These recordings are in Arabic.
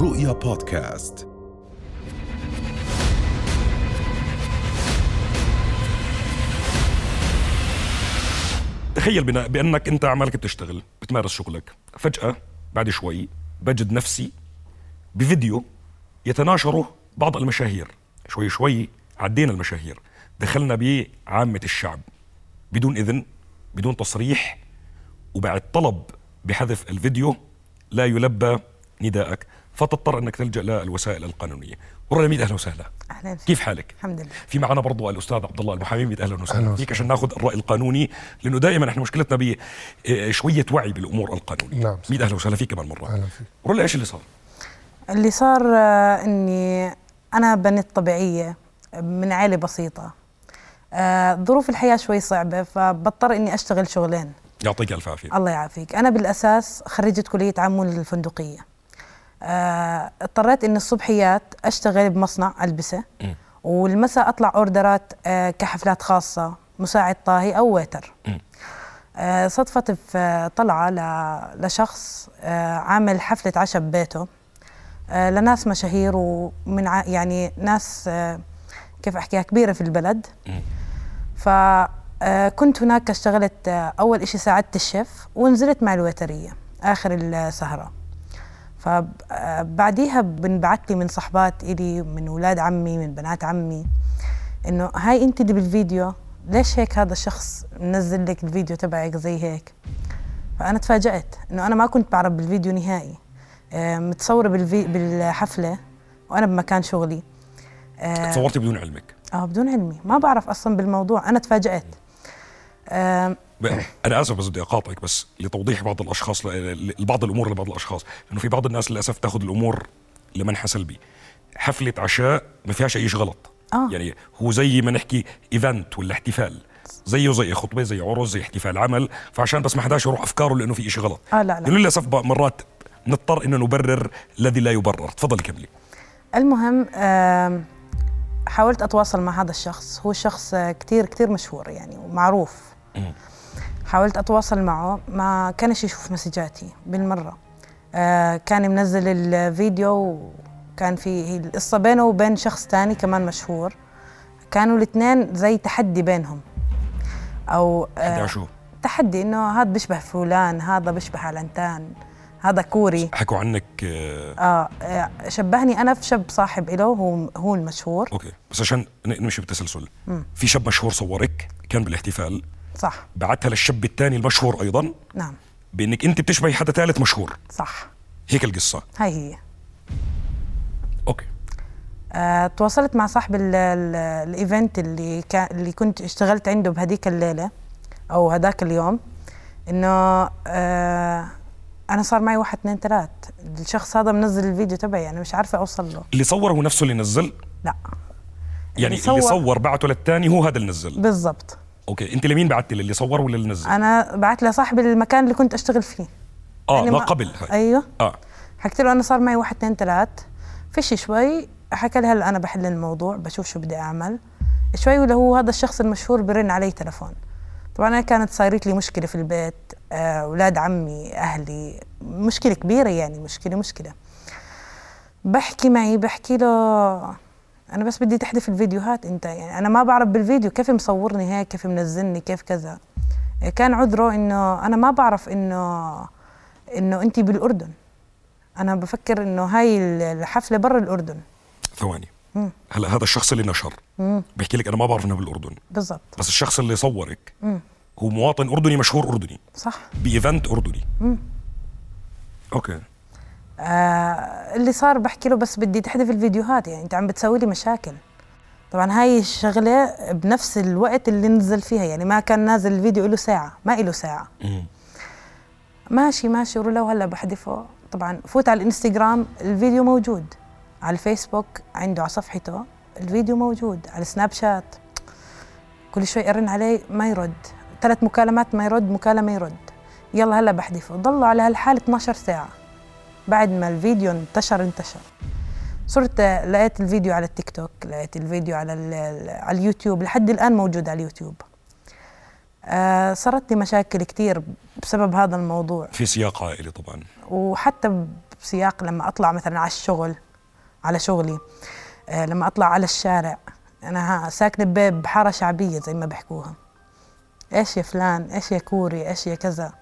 رؤيا بودكاست تخيل بنا بانك انت عمالك بتشتغل بتمارس شغلك فجاه بعد شوي بجد نفسي بفيديو يتناشره بعض المشاهير شوي شوي عدينا المشاهير دخلنا بعامه الشعب بدون اذن بدون تصريح وبعد طلب بحذف الفيديو لا يلبى نداءك فتضطر انك تلجا للوسائل القانونيه ورنا ميد اهلا وسهلا اهلا وسهلا كيف حالك الحمد لله في معنا برضو الاستاذ عبد الله المحامي اهلا وسهلا أهلاً فيك عشان ناخذ الراي القانوني لانه دائما احنا مشكلتنا ب آه، شويه وعي بالامور القانونيه نعم. ميد اهلا وسهلا فيك كمان مره أهلاً فيك. ولا ايش اللي صار؟ اللي صار آه، اني انا بنت طبيعيه من عائله بسيطه آه، ظروف الحياه شوي صعبه فبضطر اني اشتغل شغلين يعطيك الف عافيه الله يعافيك انا بالاساس خريجه كليه عمون الفندقيه آه، اضطريت اني الصبحيات اشتغل بمصنع البسه والمساء اطلع اوردرات آه، كحفلات خاصه مساعد طاهي او ويتر آه، صدفت في آه، طلعه ل- لشخص آه، عامل حفله عشاء ببيته آه، لناس مشاهير ومن ع- يعني ناس آه، كيف احكيها كبيره في البلد فكنت آه، هناك اشتغلت آه، اول إشي ساعدت الشيف ونزلت مع الوتريه اخر السهره فبعديها بنبعت آه، لي من صحبات إلي من ولاد عمي من بنات عمي انه هاي انت اللي بالفيديو ليش هيك هذا الشخص منزل لك الفيديو تبعك زي هيك فانا تفاجات انه انا ما كنت بعرف بالفيديو نهائي آه، متصوره بالفي بالحفله وانا بمكان شغلي آه، تصورتي بدون علمك اه بدون علمي ما بعرف اصلا بالموضوع انا تفاجات آم، بقى، انا اسف بس بدي اقاطعك بس لتوضيح بعض الاشخاص ل- ل- بعض الامور لبعض الاشخاص لانه في بعض الناس للاسف تاخذ الامور لمنحى سلبي حفله عشاء ما فيهاش اي شيء غلط آه. يعني هو زي ما نحكي ايفنت ولا احتفال زيه زي خطبه زي عرس زي احتفال عمل فعشان بس ما حداش يروح افكاره لانه في شيء غلط آه، لا، لا. لانه للاسف بقى مرات نضطر انه نبرر الذي لا يبرر تفضلي كملي المهم آم، حاولت اتواصل مع هذا الشخص هو شخص آه، كتير كتير مشهور يعني ومعروف حاولت اتواصل معه ما كانش يشوف مسجاتي بالمره آه، كان منزل الفيديو وكان في القصه بينه وبين شخص تاني كمان مشهور كانوا الاثنين زي تحدي بينهم او آه، حدا شو تحدي انه هذا بيشبه فلان هذا بيشبه علنتان هذا كوري حكوا عنك آه، آه, اه شبهني انا في شاب صاحب له هو هو المشهور اوكي بس عشان ن- نمشي بالتسلسل في شاب مشهور صورك كان بالاحتفال صح بعتها للشاب الثاني المشهور ايضا نعم بانك انت بتشبهي حدا ثالث مشهور صح هيك القصه هاي هي اوكي آه تواصلت مع صاحب ال- ال- الايفنت اللي كان اللي كنت اشتغلت عنده بهديك الليله او هداك اليوم انه آه انا صار معي واحد اثنين ثلاث الشخص هذا منزل الفيديو تبعي انا مش عارفه اوصل له اللي صور هو نفسه اللي نزل لا يعني اللي صور- اللي صور بعته للثاني هو هذا اللي نزل بالضبط اوكي انت لمين بعتي للي صور ولا اللي نزل انا بعت لصاحب المكان اللي كنت اشتغل فيه اه يعني ما ما- قبل هاي. ايوه اه حكيت له انا صار معي واحد اثنين ثلاث فش شوي حكى لي هلا انا بحل الموضوع بشوف شو بدي اعمل شوي ولا هو هذا الشخص المشهور برن علي تلفون طبعا انا كانت صايرت لي مشكله في البيت آه، اولاد عمي اهلي مشكله كبيره يعني مشكله مشكله بحكي معي بحكي له انا بس بدي تحذف الفيديوهات انت يعني انا ما بعرف بالفيديو كيف مصورني هيك كيف منزلني كيف كذا كان عذره انه انا ما بعرف انه انه انت بالاردن انا بفكر انه هاي الحفله برا الاردن ثواني هلا هذا الشخص اللي نشر بحكي لك انا ما بعرف انه بالاردن بالضبط بس الشخص اللي صورك هو مواطن اردني مشهور اردني صح بايفنت اردني اوكي آه اللي صار بحكي له بس بدي تحذف الفيديوهات يعني انت عم بتسوي لي مشاكل طبعا هاي الشغله بنفس الوقت اللي نزل فيها يعني ما كان نازل الفيديو له ساعه ما له ساعه مم. ماشي ماشي ولو هلا بحذفه طبعا فوت على الانستغرام الفيديو موجود على الفيسبوك عنده على صفحته الفيديو موجود على السناب شات كل شوي ارن علي ما يرد ثلاث مكالمات ما يرد مكالمه يرد يلا هلا بحذفه ضلوا على هالحال 12 ساعه بعد ما الفيديو انتشر انتشر صرت لقيت الفيديو على التيك توك لقيت الفيديو على ال- على اليوتيوب لحد الان موجود على اليوتيوب آه، صارت لي مشاكل كتير بسبب هذا الموضوع في سياق عائلي طبعا وحتى بسياق لما اطلع مثلا على الشغل على شغلي آه، لما اطلع على الشارع انا ها- ساكنه ب- بحاره شعبيه زي ما بحكوها ايش يا فلان ايش يا كوري ايش يا كذا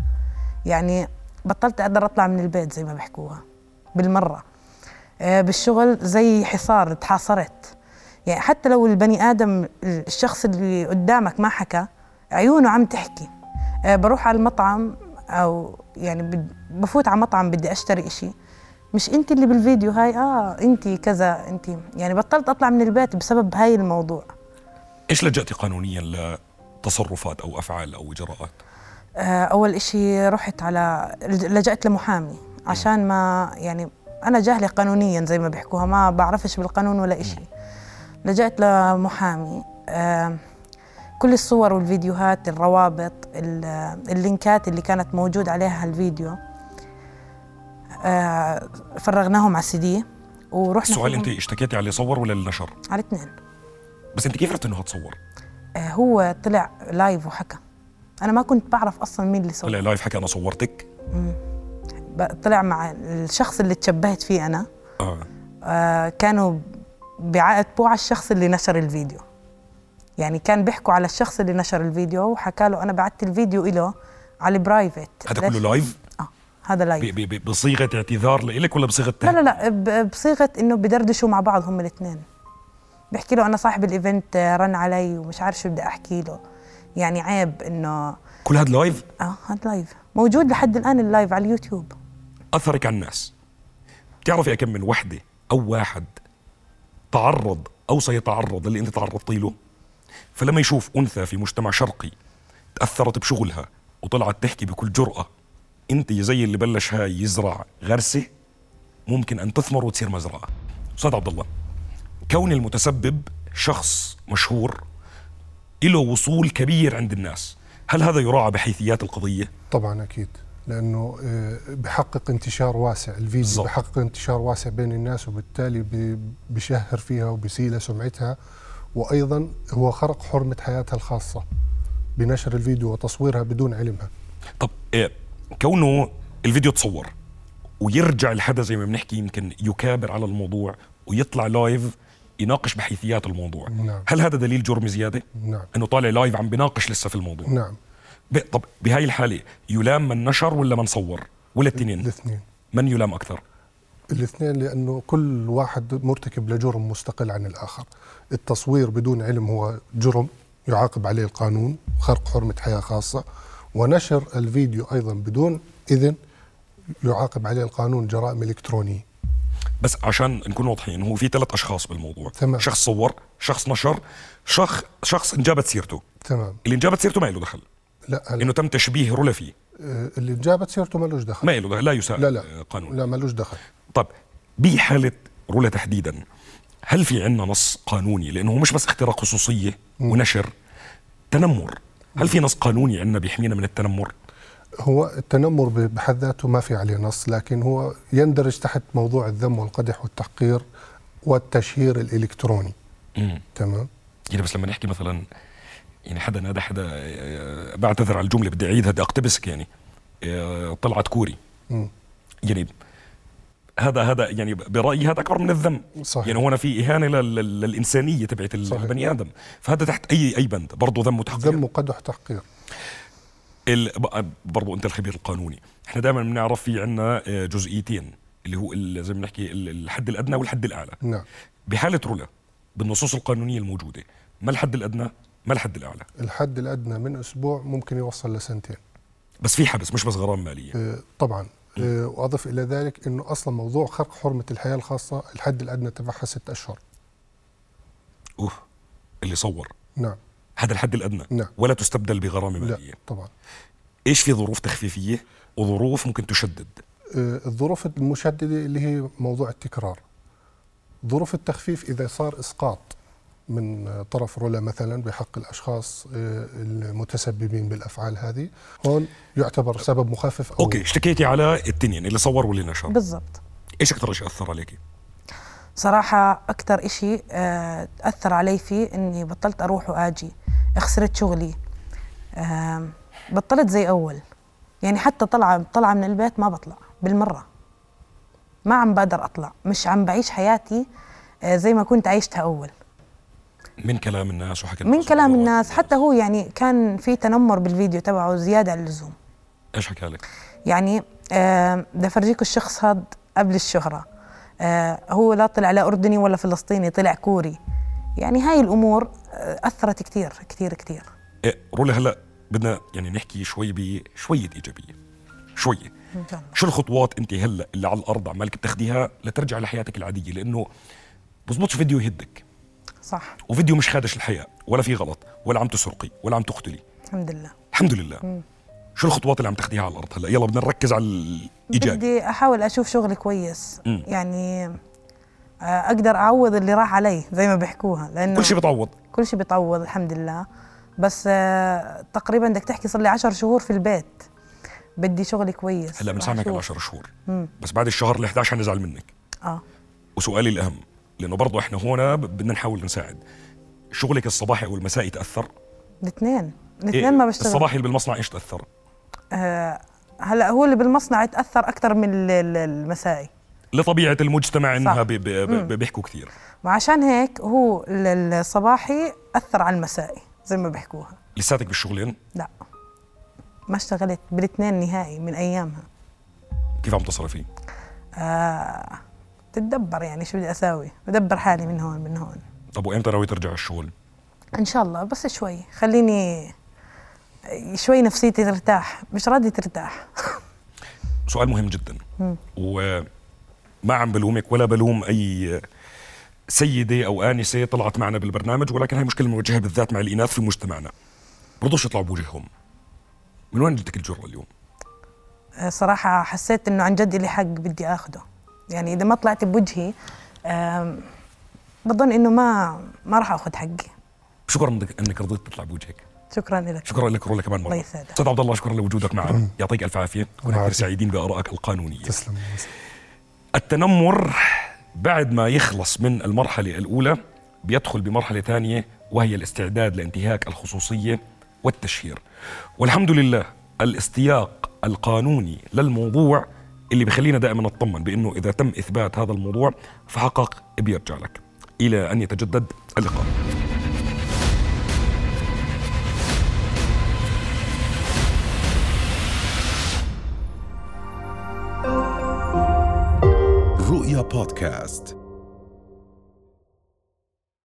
يعني بطلت اقدر اطلع من البيت زي ما بحكوها بالمره آه، بالشغل زي حصار اتحاصرت يعني حتى لو البني ادم الشخص اللي قدامك ما حكى عيونه عم تحكي آه، بروح على المطعم او يعني بد- بفوت على مطعم بدي اشتري إشي مش انت اللي بالفيديو هاي اه انت كذا انت يعني بطلت اطلع من البيت بسبب هاي الموضوع ايش لجأتي قانونيا لتصرفات او افعال او اجراءات آه، اول إشي رحت على لجأت لمحامي عشان ما يعني انا جاهله قانونيا زي ما بيحكوها ما بعرفش بالقانون ولا إشي لجأت لمحامي آه، كل الصور والفيديوهات الروابط ال- اللينكات اللي كانت موجود عليها الفيديو آه، فرغناهم على السي دي ورحنا السؤال فيهم انت اشتكيتي على صور ولا النشر على اثنين بس انت كيف عرفت انه هتصور آه، هو طلع لايف وحكى انا ما كنت بعرف اصلا مين اللي سوى طلع لايف حكى انا صورتك ب- طلع مع الشخص اللي تشبهت فيه انا اه آه، كانوا بيعاتبوه على الشخص اللي نشر الفيديو يعني كان بيحكوا على الشخص اللي نشر الفيديو وحكى له انا بعت الفيديو له على البرايفت هذا كله لايف اه هذا ب- لايف ب- ب- بصيغه اعتذار لإلك ولا بصيغه لا تهديد لا لا ب- بصيغه انه بدردشوا مع بعض هم الاثنين بحكي له انا صاحب الايفنت آه، رن علي ومش عارف شو بدي احكي له يعني عيب انه كل هذا لايف اه هذا لايف موجود لحد الان اللايف على اليوتيوب آه. اثرك على الناس بتعرفي كم من وحده او واحد تعرض او سيتعرض للي انت تعرضتي له فلما يشوف انثى في مجتمع شرقي تاثرت بشغلها وطلعت تحكي بكل جراه انت زي اللي بلش هاي يزرع غرسه ممكن ان تثمر وتصير مزرعه استاذ عبد الله كون المتسبب شخص مشهور له وصول كبير عند الناس هل هذا يراعى بحيثيات القضيه طبعا اكيد لانه آه، بحقق انتشار واسع الفيديو بالضبط. بالزبط. بحقق انتشار واسع بين الناس وبالتالي بي- بشهر فيها وبسيل سمعتها وايضا هو خرق حرمه حياتها الخاصه بنشر الفيديو وتصويرها بدون علمها طب إيه كونه الفيديو تصور ويرجع الحدا زي ما بنحكي يمكن يكابر على الموضوع ويطلع لايف يناقش بحيثيات الموضوع نعم. هل هذا دليل جرم زياده نعم انه طالع لايف عم بناقش لسه في الموضوع نعم ب... طب بهاي الحاله يلام من نشر ولا من صور ولا التنين الاثنين من يلام اكثر الاثنين لانه كل واحد مرتكب لجرم مستقل عن الاخر التصوير بدون علم هو جرم يعاقب عليه القانون خرق حرمه حياه خاصه ونشر الفيديو ايضا بدون اذن يعاقب عليه القانون جرائم الكترونيه بس عشان نكون واضحين هو في ثلاث اشخاص بالموضوع تمام. شخص صور شخص نشر شخص شخص انجابت سيرته تمام اللي انجابت سيرته ما له دخل لا هلا انه تم تشبيه رولا فيه آه، اللي جابت سيرته ملوش دخل ما له دخل لا يسال لا لا قانون لا ملوش دخل طب بحالة رولا تحديدا هل في عندنا نص قانوني لأنه هو مش بس اختراق خصوصية ونشر تنمر هل في نص قانوني عندنا بيحمينا من التنمر هو التنمر ب- بحد ذاته ما في عليه نص لكن هو يندرج تحت موضوع الذم والقدح والتحقير والتشهير الالكتروني تمام يعني بس لما نحكي مثلا يعني حدا نادى حدا آه، بعتذر على الجملة بدي أعيدها بدي أقتبسك يعني آه، طلعت كوري مم. يعني هذا هذا يعني برايي هذا اكبر من الذم صحيح. يعني هون في اهانه لل- لل- للانسانيه تبعت صحيح. البني ادم فهذا تحت اي اي بند برضه ذم وتحقير ذم وقدح تحقير ال... ب- برضو انت الخبير القانوني احنا دائما بنعرف في عندنا جزئيتين اللي هو ال- زي ما بنحكي ال- الحد الادنى والحد الاعلى نعم بحاله رولا بالنصوص القانونيه الموجوده ما الحد الادنى ما الحد الاعلى الحد الادنى من اسبوع ممكن يوصل لسنتين بس في حبس مش بس غرامه ماليه نعم. آه، طبعا آه، واضف الى ذلك انه اصلا موضوع خرق حرمه الحياه الخاصه الحد الادنى تبعها ست اشهر اوه اللي صور نعم هذا الحد الادنى نعم. ولا تستبدل بغرامه نعم. ماليه لا طبعا ايش في ظروف تخفيفيه وظروف ممكن تشدد آه، الظروف المشددة اللي هي موضوع التكرار ظروف التخفيف إذا صار إسقاط من آه، طرف رولا مثلا بحق الأشخاص آه، المتسببين بالأفعال هذه هون يعتبر سبب مخفف أو اوكي اشتكيتي على التنين اللي صور واللي نشر بالضبط ايش اكثر شيء اثر عليكي صراحة أكتر إشي آه، أثر علي فيه إني بطلت أروح وآجي خسرت شغلي آم، بطلت زي أول يعني حتى طلعة طلعة من البيت ما بطلع بالمرة ما عم بقدر أطلع مش عم بعيش حياتي آه، زي ما كنت عايشتها أول من كلام الناس وحكي من الناس كلام وضغط الناس حتى هو يعني كان في تنمر بالفيديو تبعه زيادة عن اللزوم ايش حكى لك؟ يعني آه، بدي افرجيكم الشخص هذا قبل الشهرة آه، هو لا طلع لا أردني ولا فلسطيني طلع كوري يعني هاي الأمور آه، أثرت كتير كتير كتير إيه رولي هلا بدنا يعني نحكي شوي بشويه ايجابيه شويه إن شاء الله. شو الخطوات انت هلا اللي على الارض عمالك بتاخديها لترجع لحياتك العاديه لانه بزبطش فيديو يهدك صح وفيديو مش خادش الحياه ولا في غلط ولا عم تسرقي ولا عم تقتلي الحمد لله الحمد لله شو الخطوات اللي عم تاخديها على الارض هلا يلا بدنا نركز على الايجابي بدي أحاول أشوف شغل كويس مم. يعني آه، أقدر أعوض اللي راح علي زي ما بيحكوها لأنه كل شيء بتعوض كل شيء بيتعوض الحمد لله بس آه، تقريبا بدك تحكي صار لي 10 شهور في البيت بدي شغل كويس هلا راح بنسامحك على أشوف. 10 شهور مم. بس بعد الشهر ال 11 حنزعل منك اه وسؤالي الاهم لانه برضه احنا هون ب- بدنا نحاول نساعد شغلك الصباحي او المسائي تاثر إيه، الاثنين الاثنين ما بشتغل الصباحي اللي بالمصنع ايش تاثر آه، هلا هو اللي بالمصنع يتاثر اكثر من ال- ال- المسائي لطبيعه المجتمع انها صح. بي بي بي بيحكوا كثير وعشان هيك هو ال- الصباحي اثر على المسائي زي ما بيحكوها لساتك بالشغلين لا ما اشتغلت بالاثنين نهائي من ايامها كيف عم تصرفي آه تتدبر يعني شو بدي اساوي بدبر حالي من هون من هون طب وامتى ناوي ترجع الشغل ان شاء الله بس شوي خليني شوي نفسيتي ترتاح مش راضي ترتاح سؤال مهم جدا وما عم بلومك ولا بلوم اي سيدة أو آنسة طلعت معنا بالبرنامج ولكن هاي مشكلة بنواجهها بالذات مع الإناث في مجتمعنا برضوش يطلعوا بوجههم من وين جبتك الجرأة اليوم؟ آه، صراحة حسيت إنه عن جد لي حق بدي آخده يعني إذا ما طلعت بوجهي آم، بظن إنه ما ما راح آخذ حقي شكرا انك انك رضيت تطلع بوجهك شكرا لك شكرا لك رولا كمان مره الله يسعدك. استاذ عبد الله شكرا لوجودك معنا يعطيك الف عافيه كنا كثير العافية. سعيدين بارائك القانونيه تسلم التنمر بعد ما يخلص من المرحله الاولى بيدخل بمرحله ثانيه وهي الاستعداد لانتهاك الخصوصيه والتشهير والحمد لله الاستياق القانوني للموضوع اللي بخلينا دائما نطمن بانه اذا تم اثبات هذا الموضوع فحقق بيرجع لك الى ان يتجدد اللقاء رؤيا بودكاست